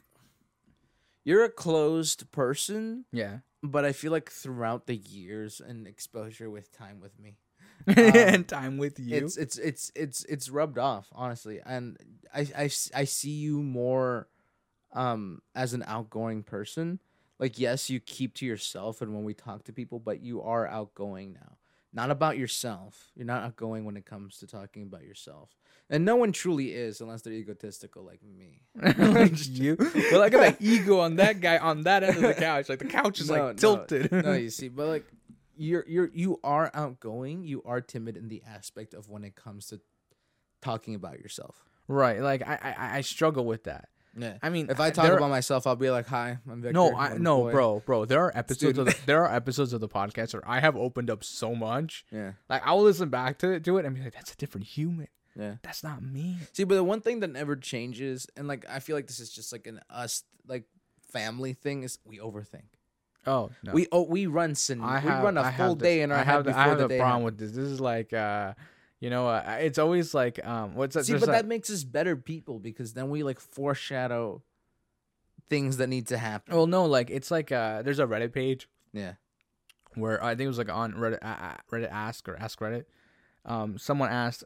S1: you're a closed person,
S2: Yeah,
S1: but I feel like throughout the years and exposure with time with me,
S2: and time with you.
S1: it's it's it's it's it's rubbed off honestly and I, I s- I see you more um as an outgoing person like yes you keep to yourself and when we talk to people but you are outgoing now not about yourself you're not outgoing when it comes to talking about yourself and no one truly is unless they're egotistical like me
S2: like you. Well, I got an ego on that guy on that end of the couch. Like the couch is
S1: No,
S2: like
S1: no,
S2: tilted.
S1: no you see but like you're you're you are outgoing you are timid in the aspect of when it comes to talking about yourself
S2: right. Like I, I, I struggle with that.
S1: yeah
S2: I mean,
S1: If I talk
S2: there-
S1: about myself, I'll be like, "Hi, I'm Victor."
S2: No, I
S1: I'm
S2: no,
S1: boy."
S2: bro, bro. There are episodes of the, there are episodes of the podcast where I have opened up so much.
S1: Yeah,
S2: Like I will listen back to it, to it, and be like, "That's a different human.
S1: yeah.
S2: That's not me."
S1: See, but the one thing that never changes, and like I feel like this is just like an us like family thing, is we overthink.
S2: Oh no.
S1: We oh we run sin.
S2: I
S1: we
S2: have,
S1: run
S2: I
S1: a
S2: have
S1: full
S2: this-
S1: day in our
S2: I
S1: head
S2: have, the-
S1: before
S2: I have
S1: the
S2: a
S1: day.
S2: problem
S1: happens.
S2: with this. This is like, uh, you know, uh, it's always like, um, what's that?
S1: See,
S2: there's
S1: but
S2: that-
S1: that makes us better people because then we like foreshadow things that need to happen.
S2: well, no, like it's like, uh, there's a Reddit page
S1: Yeah,
S2: where I think it was like on Reddit, uh, Reddit Ask or Ask Reddit. Um, someone asked,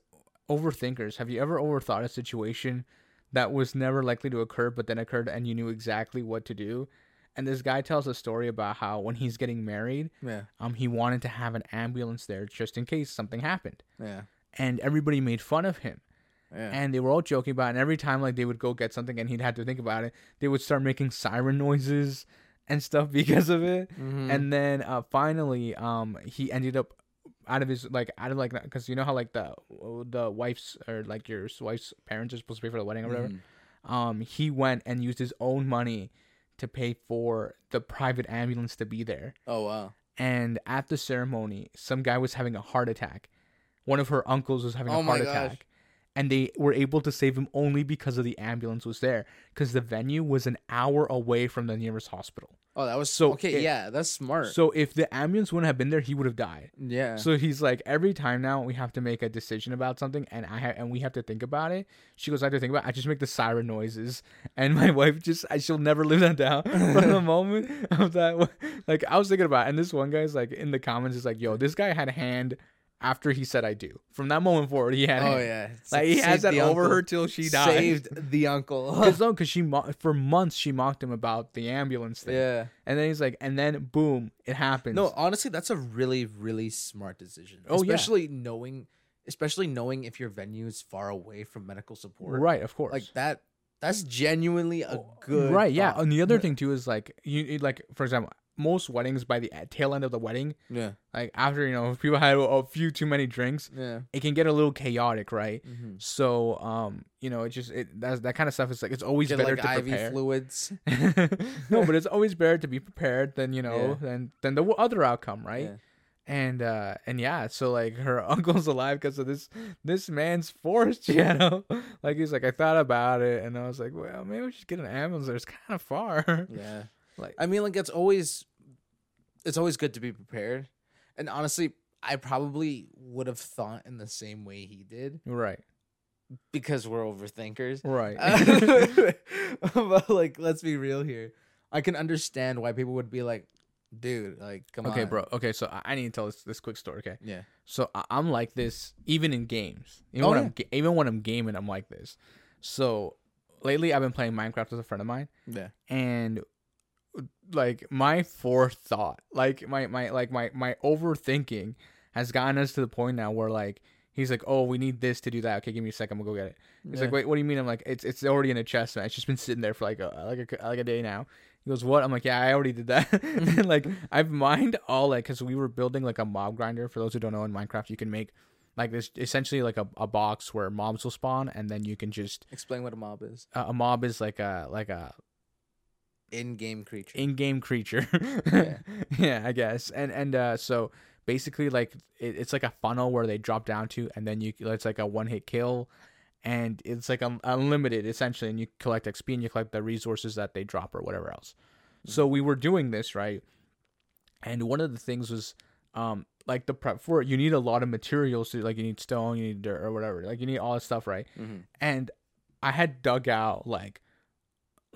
S2: "Overthinkers, have you ever overthought a situation that was never likely to occur, but then occurred, and you knew exactly what to do?" And this guy tells a story about how when he's getting married,
S1: yeah,
S2: um, he wanted to have an ambulance there just in case something happened,
S1: yeah,
S2: and everybody made fun of him.
S1: yeah.
S2: and they were all joking about it. And every time, like, they would go get something and he'd have to think about it, they would start making siren noises and stuff because of it.
S1: Mm-hmm.
S2: And then uh, finally, um, he ended up out of his, like, out of, like, because you know how, like, the the wife's or, like, your wife's parents are supposed to pay for the wedding or
S1: Mm-hmm.
S2: whatever? Um, he went and used his own money to pay for the private ambulance to be there
S1: oh wow!
S2: and at the ceremony, some guy was having a heart attack. One of her uncles was having
S1: Oh
S2: a
S1: my
S2: heart
S1: gosh.
S2: attack, and they were able to save him only because of the ambulance was there, because the venue was an hour away from the nearest hospital.
S1: Oh, that was so
S2: So
S1: okay.
S2: it-
S1: yeah, that's smart.
S2: So if the ambulance wouldn't have been there, he would have died.
S1: yeah,
S2: So he's like, every time now we have to make a decision about something, and I ha- and we have to think about it. She goes, I have to think about. It. I just make the siren noises, and my wife just, I, she'll never live that down from the moment of that. Like I was thinking about, it, and this one guy's like in the comments is like, yo, this guy had hand after he said I do. From that moment forward, he had.
S1: oh
S2: hand.
S1: yeah, It's
S2: Like he
S1: saved
S2: has that
S1: the
S2: over
S1: uncle.
S2: her till she dies.
S1: Saved the uncle.
S2: Cause no, cause she mo- for months she mocked him about the ambulance thing,
S1: yeah.
S2: and then he's like, and then boom, it happens.
S1: No, honestly, that's a really, really smart decision.
S2: Oh, yeah.
S1: especially knowing, especially knowing if your venue is far away from medical support.
S2: right, of course.
S1: like that. That's genuinely a good
S2: right yeah
S1: thought.
S2: and the other thing too is like you you- like for example most weddings by the at tail end of the wedding
S1: yeah,
S2: like after you know if people had a, a few too many drinks
S1: yeah.
S2: it can get a little chaotic right
S1: Mhm.
S2: so um you know it just it that's that kind of stuff is like it's always
S1: Get
S2: better
S1: like
S2: to
S1: IV
S2: prepare
S1: fluids.
S2: no but it's always better to be prepared than you know than than the other outcome right
S1: Yeah.
S2: and uh and yeah so like her uncle's alive because of this this man's forced you know like he's like i thought about it and i was like well maybe we should get an ambulance there. it's kind of far
S1: Yeah,
S2: like
S1: I mean, like it's always, it's always good to be prepared. And honestly, I probably would have thought in the same way he did
S2: Right.
S1: because we're overthinkers.
S2: Right.
S1: but like, let's be real here. I can understand why people would be like, "Dude, like, come on."
S2: okay, bro. Okay, so I, I need to tell this, this quick story. Okay.
S1: Yeah.
S2: So I, I'm like this even in games. Even
S1: Oh,
S2: when
S1: yeah.
S2: I'm ga- even when I'm gaming, I'm like this. So lately, I've been playing Minecraft with a friend of mine,
S1: Yeah.
S2: and like my forethought, like my my like my my overthinking has gotten us to the point now where like he's like, oh, we need this to do that. Okay, give me a second, we'll go get it. He's like,
S1: Yeah.
S2: wait, what do you mean? I'm like, it's it's already in a chest, man. It's just been sitting there for like a like a like a day now. He goes, what? I'm like, yeah, I already did that. and like, I've mined all like, cause we were building like a mob grinder. For those who don't know, in Minecraft, you can make like this essentially like a, a box where mobs will spawn, and then you can just
S1: Explain what a mob is.
S2: uh, a mob is like a like a
S1: In-game creature.
S2: in-game creature. yeah.
S1: Yeah.
S2: I guess. And and uh, so basically, like it, it's like a funnel where they drop down to, and then you it's like a one-hit kill, and it's like un- unlimited essentially, and you collect XP and you collect the resources that they drop or whatever else. So
S1: Mm-hmm.
S2: we were doing this right, and one of the things was. Um, like the prep for it, you need a lot of materials. To, like you need stone, you need dirt, or whatever. Like you need all that stuff, right?
S1: Mhm.
S2: and I had dug out like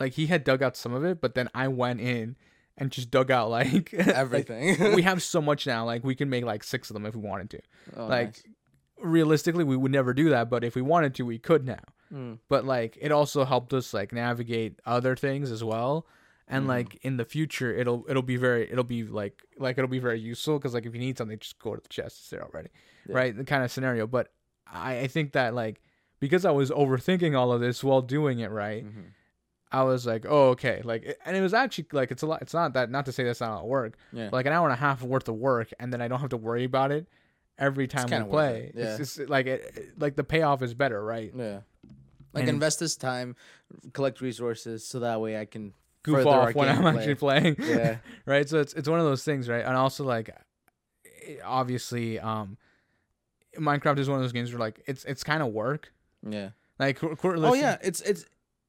S2: like he had dug out some of it, but then I went in and just dug out like like,
S1: Everything.
S2: we have so much now, like we can make like six of them if we wanted to.
S1: Oh,
S2: like
S1: nice.
S2: realistically we would never do that, but if we wanted to, we could now.
S1: Mm.
S2: But like it also helped us like navigate other things as well. And
S1: Mhm.
S2: like in the future, it'll it'll be very it'll be like like it'll be very useful because like if you need something, just go to the chest; it's there already,
S1: Yeah.
S2: right? The kind of scenario. But I, I think that like because I was overthinking all of this while doing it, right?
S1: Mhm.
S2: I was like, oh, okay. Like, it- and it was actually like, it's a lot, it's not that, not to say that's not a lot of work,
S1: Yeah.
S2: but, like an hour and a half worth of work, and then I don't have to worry about it every time we
S1: kinda worth
S2: play.
S1: it, yeah.
S2: It's just like, it, it- like the payoff is better, right?
S1: Yeah. Like
S2: And-
S1: invest this time, collect resources, so that way I can
S2: Goof
S1: further our
S2: off when
S1: game
S2: I'm
S1: play.
S2: actually playing.
S1: Yeah.
S2: right. So it's, it's one of those things, right? And also, like, it- obviously, um, Minecraft is one of those games where like it's it's kind of work.
S1: Yeah.
S2: Like, qu- qu-
S1: Oh
S2: listen-
S1: yeah, it's it's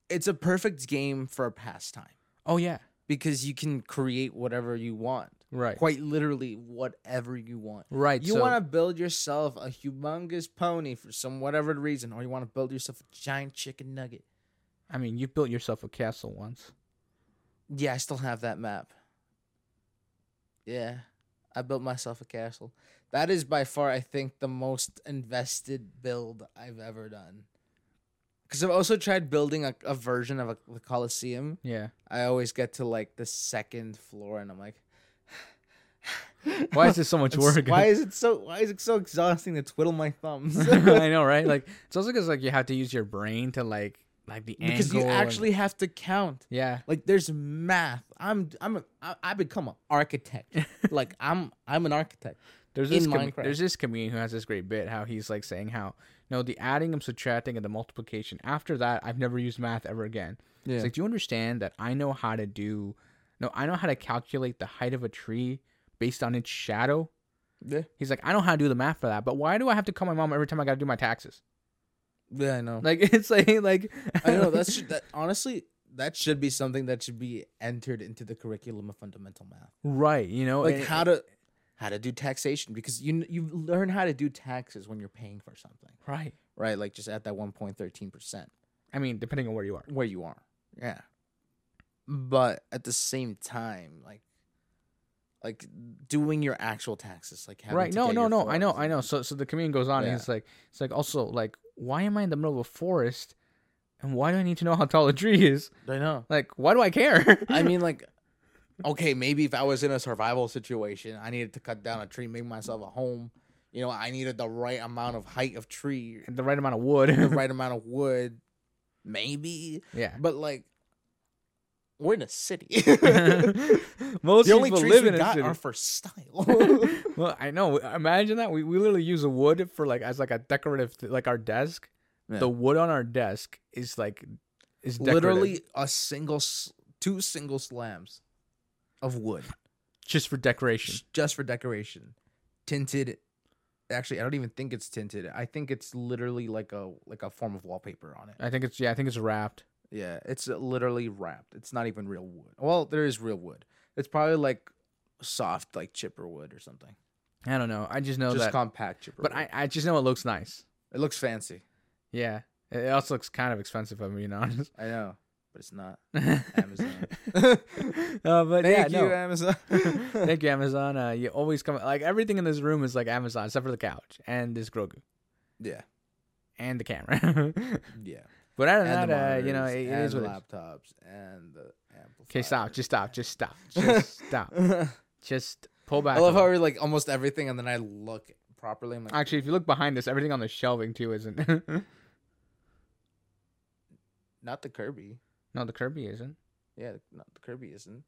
S1: it's a perfect game for a pastime
S2: oh yeah,
S1: because you can create whatever you want.
S2: right,
S1: Quite literally whatever you want.
S2: right.
S1: You
S2: so-
S1: want to build yourself a humongous pony for some whatever reason or you want to build yourself a giant chicken nugget.
S2: I mean, you built yourself a castle once.
S1: Yeah, I still have that map. Yeah. I built myself a castle. That is by far, I think, the most invested build I've ever done. Because I've also tried building a, a version of a, the Colosseum.
S2: Yeah.
S1: I always get to like the second floor and I'm like,
S2: Why is this so much
S1: "It's-
S2: work?
S1: Why is it so? Why is it so exhausting to twiddle my thumbs?
S2: I know, right? Like it's also because like you have to use your brain to like like the
S1: because
S2: angle
S1: you
S2: and-
S1: actually have to count.
S2: yeah
S1: Like there's math. I'm I'm a, I, I become an architect. like I'm I'm an architect.
S2: there's
S1: in
S2: this com-
S1: Minecraft.
S2: there's this comedian who has this great bit how he's like saying how no the adding and subtracting and the multiplication after that I've never used math ever again.
S1: Yeah.
S2: It's like do you understand that I know how to do no I know how to calculate the height of a tree based on its shadow.
S1: Yeah.
S2: He's like I know how to do the math for that, but why do I have to call my mom every time I got to do my taxes?
S1: Yeah, I know.
S2: Like it's like like
S1: I know that's that. Honestly, that should be something that should be entered into the curriculum of fundamental math.
S2: right, you know
S1: Like
S2: and-
S1: how to how to do taxation because you you learn how to do taxes when you're paying for something,
S2: right.
S1: right? Like just at that one point thirteen percent
S2: I mean, depending on where you are.
S1: where you are. Yeah. But at the same time, like like doing your actual taxes, like having
S2: right
S1: to
S2: no
S1: get
S2: no
S1: your
S2: no i know
S1: forms
S2: i
S1: and-
S2: know so so the comedian goes on
S1: Yeah.
S2: and he's like it's like also like why am i in the middle of a forest and why do i need to know how tall a tree is
S1: I know.
S2: like why do i care
S1: I mean, like, okay, maybe if I was in a survival situation, I needed to cut down a tree, make myself a home. You know, I needed the right amount of height of tree,
S2: the right amount of wood
S1: the right amount of wood, maybe.
S2: yeah
S1: But like, we're in a city.
S2: most
S1: the only
S2: people
S1: trees
S2: live
S1: we
S2: in a
S1: got
S2: city.
S1: are for style.
S2: well i know imagine that we, we literally use a wood for like as like a decorative th- like our desk
S1: Yeah.
S2: the wood on our desk is like is decorative.
S1: Literally a single, s- two single slabs of wood
S2: just for decoration
S1: just for decoration, tinted. Actually, I don't even think it's tinted. I think it's literally like a like a form of wallpaper on it.
S2: i think it's yeah i think it's wrapped
S1: Yeah, it's literally wrapped. It's not even real wood. Well, there is real wood. It's probably like soft, like chipper wood or something.
S2: I don't know. I just know
S1: just
S2: that.
S1: compact chipper.
S2: but I, I just know it looks nice.
S1: it looks fancy.
S2: Yeah. It it also looks kind of expensive, if I'm being honest.
S1: I know, but it's not.
S2: Amazon.
S1: Amazon.
S2: uh, but yeah,
S1: Thank you,
S2: no.
S1: Amazon.
S2: Thank you, Amazon. Uh, you always come like everything in this room is like Amazon, except for the couch and this Grogu
S1: yeah,
S2: and the camera.
S1: yeah.
S2: but other than
S1: And the
S2: that, uh, you know,
S1: monitors,
S2: it, it
S1: and
S2: is
S1: the
S2: what it is.
S1: laptops and the amplifiers.
S2: Okay, stop. Just stop. Just stop. Just stop. Just pull back.
S1: I love
S2: a
S1: how
S2: little.
S1: we're like almost everything, and then I look properly. I'm like,
S2: Actually, if you look behind this, everything on the shelving too isn't.
S1: not the Kirby.
S2: no, the Kirby isn't.
S1: Yeah, not the Kirby isn't.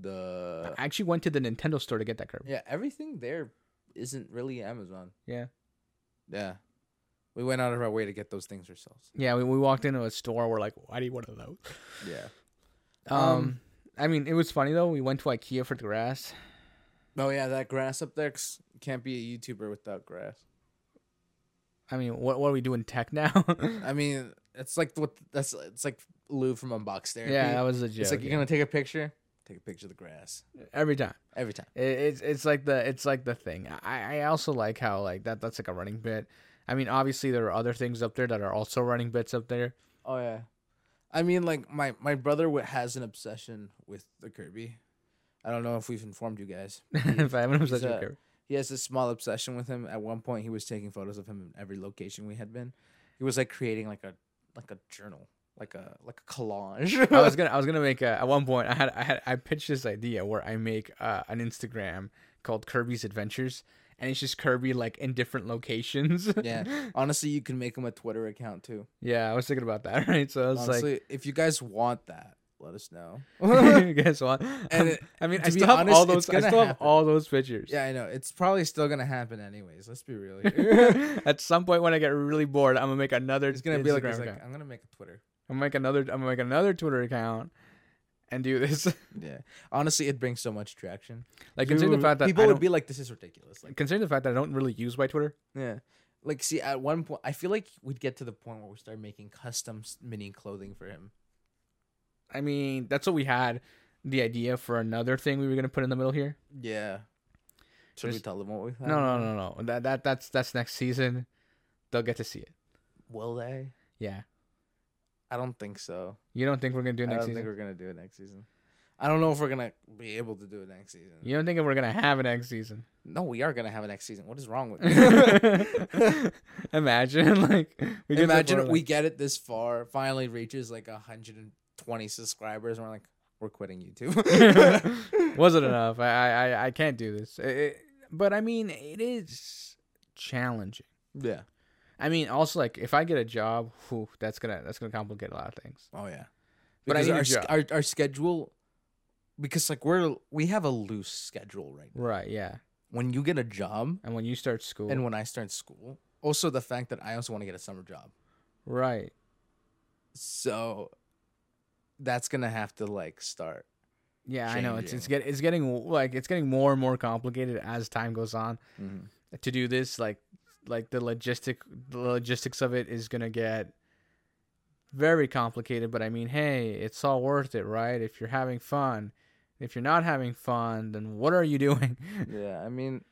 S1: The
S2: I actually went to the Nintendo store to get that Kirby.
S1: yeah, everything there isn't really Amazon.
S2: Yeah.
S1: Yeah, we went out of our way to get those things ourselves.
S2: Yeah, we, we walked into a store. We're like, why do you want one of those?
S1: Yeah.
S2: Um,
S1: Um,
S2: I mean, it was funny though. We went to IKEA for the grass.
S1: Oh yeah, that grass up there 'cause you can't be a YouTuber without grass.
S2: I mean, what what are we doing tech now?
S1: I mean, it's like what that's it's like Lou from Unbox Therapy.
S2: yeah, that was a joke.
S1: it's like
S2: yeah.
S1: you're gonna take a picture, take a picture of the grass
S2: every time.
S1: every time.
S2: It, it's it's like the it's like the thing. I I also like how like that that's like a running bit. I mean, obviously there are other things up there that are also running bits up there.
S1: Oh yeah, I mean, like my my brother w- has an obsession with the Kirby. I don't know if we've informed you guys.
S2: if I haven't obsessed
S1: He's,
S2: with
S1: uh,
S2: Kirby.
S1: He has this small obsession with him. At one point, he was taking photos of him in every location we had been. He was like creating like a like a journal, like a like a collage.
S2: I was gonna I was gonna make a, at one point I had I had I pitched this idea where I make uh, an Instagram called Kirby's Adventures and it's just Kirby like in different locations.
S1: yeah, honestly, you can make him a Twitter account too.
S2: yeah, I was thinking about that, right? So I was
S1: Honestly, if you guys want that, let us know.
S2: like guess what?
S1: And
S2: Um,
S1: it-
S2: I mean I
S1: to be
S2: still have all
S1: honest, it's
S2: those I
S1: gonna
S2: still have
S1: happen.
S2: all those pictures.
S1: yeah, I know. It's probably still gonna happen anyways. Let's be real. Here.
S2: At some point when I get really bored, I'm gonna make another
S1: it's gonna be like,
S2: Instagram
S1: it's like,
S2: account.
S1: I'm gonna make a Twitter.
S2: I'm gonna make another. I'm gonna make another Twitter account and do this.
S1: Yeah. Honestly, it brings so much traction.
S2: like considering the fact that
S1: people
S2: I
S1: would
S2: don't-
S1: be like, "This is ridiculous." Like,
S2: considering the fact that I don't really use my Twitter.
S1: yeah. Like, see, at one point, I feel like we'd get to the point where we start making custom s- mini clothing for him.
S2: I mean, that's what we had the idea for another thing we were gonna put in the middle here.
S1: Yeah. Should we
S2: There's-
S1: tell them what we? Have?
S2: No, no, no, no. That that that's that's next season. They'll get to see it.
S1: Will they?
S2: Yeah.
S1: I don't think so.
S2: You don't think we're gonna do
S1: I
S2: it
S1: don't
S2: next
S1: think
S2: season?
S1: we're gonna do it next season. I don't know if we're gonna be able to do it next season.
S2: you don't think we're gonna have it next season?
S1: No, we are gonna have an next season. What is wrong with you?
S2: Imagine like we get to the
S1: Imagine
S2: point,
S1: we
S2: like,
S1: get it this far, finally reaches like 120 subscribers, and we're like, we're quitting YouTube.
S2: wasn't enough. I I I can't do this. It- it- but I mean, it is challenging.
S1: yeah.
S2: I mean, also like if I get a job, whew, that's gonna that's gonna complicate a lot of things.
S1: Oh yeah.
S2: But I
S1: Because
S2: need a
S1: our,
S2: job.
S1: sch- our our schedule, because like we're we have a loose schedule right now.
S2: Right? Yeah.
S1: When you get a job,
S2: And when you start school,
S1: and when I start school, also the fact that I also want to get a summer job,
S2: right?
S1: so that's gonna have to like start.
S2: Yeah, I know. It's it's
S1: Changing.
S2: get it's getting like it's getting more and more complicated as time goes on. To do this, like like the logistic the logistics of it is gonna get very complicated. But I mean, hey, it's all worth it, right? If you're having fun. If you're not having fun, then what are you doing?
S1: Yeah, I mean,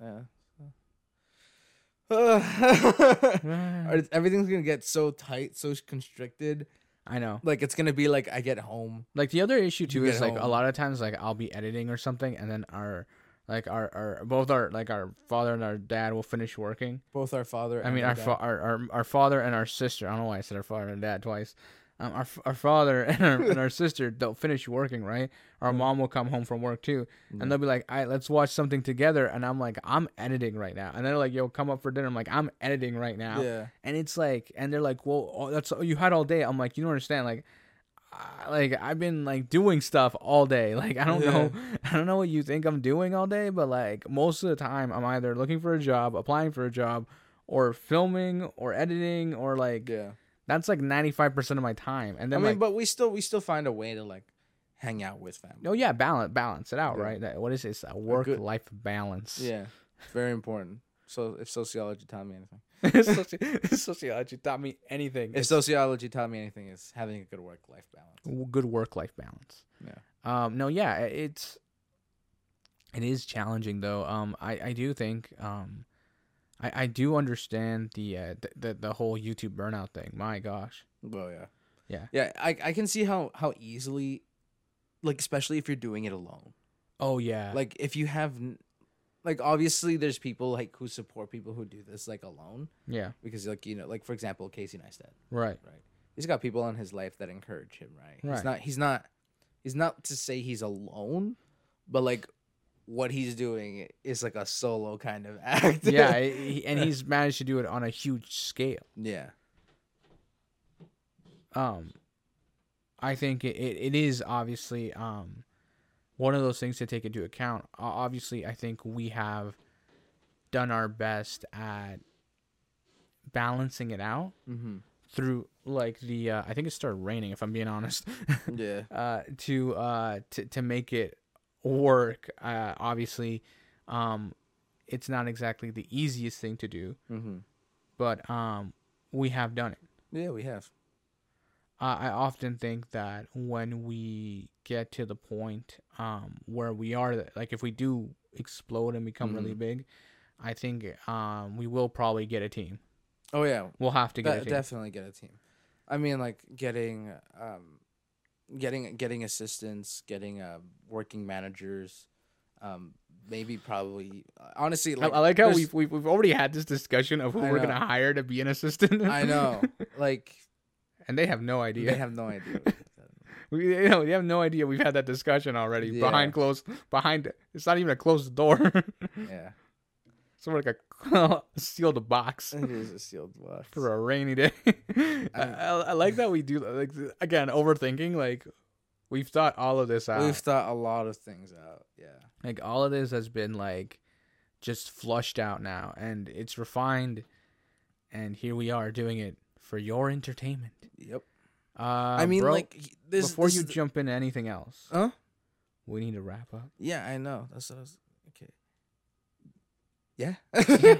S1: yeah.
S2: I
S1: Or it's- everything's gonna get so tight, so constricted.
S2: know.
S1: Like it's gonna be like I get home.
S2: Like the other issue too
S1: get
S2: is like a
S1: home.
S2: lot of times like I'll be editing or something and then our like our, our both our like our father and our dad will finish working.
S1: Both our father.
S2: I
S1: and
S2: mean our,
S1: dad.
S2: fa- our our our father and our sister. I don't know why I said our father and dad twice. Um, our f- our father and our, and our sister they'll finish working right. Our mom will come home from work too, and they'll be like, "All right, let's watch something together." And I'm like, "I'm editing right now," and they're like, "Yo, come up for dinner." I'm like, "I'm editing right now."
S1: Yeah.
S2: and it's like and they're like well oh, that's all you had all day i'm like you don't understand like I, like i've been like doing stuff all day like i don't
S1: Yeah.
S2: know i don't know what you think i'm doing all day but like most of the time i'm either looking for a job applying for a job or filming or editing or like
S1: Yeah.
S2: that's like 95% of my time and
S1: I
S2: then
S1: mean,
S2: like
S1: but we still we still find a way to like hang out with family.
S2: oh yeah balance balance it out
S1: Yeah.
S2: right that, what is this a work
S1: good-
S2: life balance
S1: Yeah. It's very important. So if sociology taught me anything,
S2: Soci- sociology taught me anything
S1: if sociology taught me anything, is having a good work life balance.
S2: w- good work life balance.
S1: Yeah.
S2: Um. No. Yeah. i- It's It is challenging though. Um, I, I do think um, I, I do understand the, uh, the the the whole YouTube burnout thing. My gosh.
S1: Well, yeah,
S2: Yeah.
S1: yeah. I I can see how how easily, like especially if you're doing it alone.
S2: Oh yeah.
S1: Like if you have, n- like obviously there's people like who support people who do this like alone
S2: yeah.
S1: because like you know like for example Casey Neistat.
S2: Right.
S1: right? He's got people in his life that encourage him, right?
S2: Right.
S1: He's not he's not he's not to say he's alone, but like what he's doing is like a solo kind of act.
S2: yeah, i- he, and he's managed to do it on a huge scale.
S1: yeah.
S2: Um, I think it, it, it is obviously um one of those things to take into account. O- Obviously, I think we have done our best at balancing it out
S1: Mhm.
S2: through like the uh, I think it started raining if I'm being honest.
S1: Yeah.
S2: uh, to uh, to to make it work. Uh, obviously, um, it's not exactly the easiest thing to do,
S1: Mhm.
S2: but um, we have done it.
S1: Yeah, we have.
S2: I I often think that when we get to the point um, where we are, like if we do explode and become
S1: Mm-hmm.
S2: really big, I think um, we will probably get a team.
S1: Oh yeah.
S2: We'll have to get
S1: De-
S2: a team.
S1: definitely get a team. I mean like getting um getting getting assistants, getting uh working managers um maybe probably honestly
S2: I,
S1: like
S2: I like how
S1: there's-
S2: we've, we've we've already had this discussion of who
S1: I
S2: we're
S1: know.
S2: gonna hire to be an assistant.
S1: I know. Like
S2: and they have no idea.
S1: they have no idea.
S2: We, you know, they have no idea we've had that discussion already
S1: Yeah.
S2: behind closed behind. It's not even a closed door.
S1: Yeah,
S2: it's more like a sealed box
S1: it is a sealed box.
S2: for a rainy day. I, I, I like that we do like again overthinking. Like we've thought all of this out.
S1: We've thought a lot of things out. Yeah,
S2: like all of this has been like just flushed out now, and it's refined. And here we are doing it for your entertainment.
S1: yep.
S2: Uh,
S1: I mean,
S2: bro,
S1: like y- this.
S2: before
S1: this
S2: you
S1: is the-
S2: jump into anything else,
S1: Huh?
S2: we need to wrap up.
S1: Yeah, I know. That's what I was. Okay. Yeah.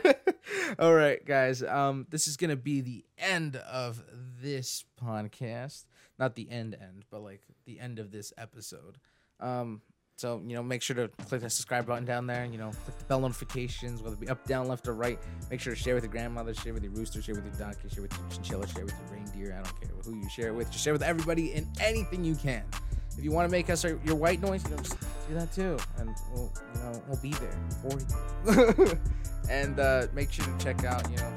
S1: All right, guys. Um, this is gonna be the end of this podcast. Not the end end, but like the end of this episode. Um. So, you know, make sure to click that subscribe button down there. You know, click the bell notifications, whether it be up, down, left, or right. Make sure to share with your grandmother, share with your rooster, share with your donkey, share with your chinchilla, share with your reindeer. I don't care who you share it with. Just share with everybody and anything you can. If you want to make us our, your white noise, you know, just do that too. And we'll, you know, we'll be there for you. and uh, make sure to check out, you know,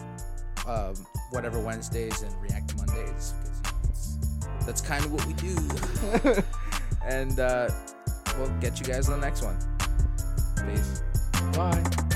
S1: um, whatever Wednesdays and React Mondays. 'cause, you know, it's- that's kind of what we do. and uh, we'll get you guys on the next one. Peace.
S2: Bye.